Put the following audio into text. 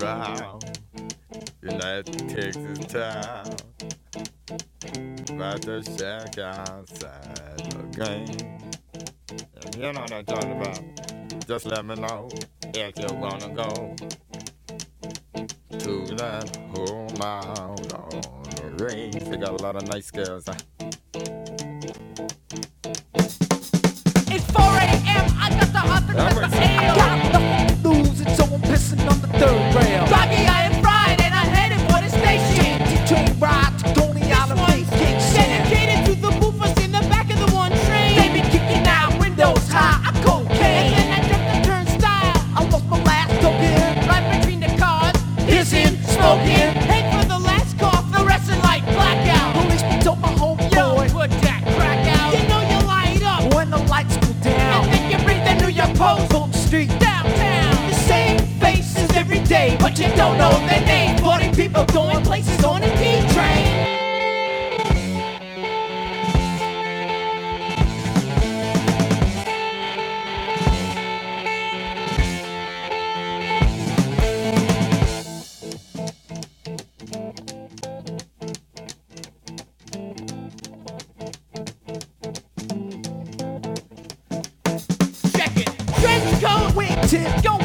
round. United takes its time. About to check outside, okay? If you know what I'm talking about, just let me know if you wanna go to that whole mile on the range. They got a lot of nice girls. huh? It's 4 a.m. I got the hot and Alright. Christmas ale. Got nothing to lose, and so I'm pissing on the third rail. Groggy, I am fried, and I hate it for the station. T train ride to Coney Island, One vacation. dedicated to the boofers in the back of the one train. They be kicking out windows high. I'm cocaine. And then I jump the turnstile. I lost my last token. Right between the cars. Hissing, smoking. Hate for the last cough, the rest are like blackout. Police picked up my Yo, homeboy put that crack out. You know you light up. when the lights go And down. then you bring the New York Post. On the street, downtown. The same faces every day, but you don't know their name. 40 people going places on a D train. Check it. Trench coat, wingtip, go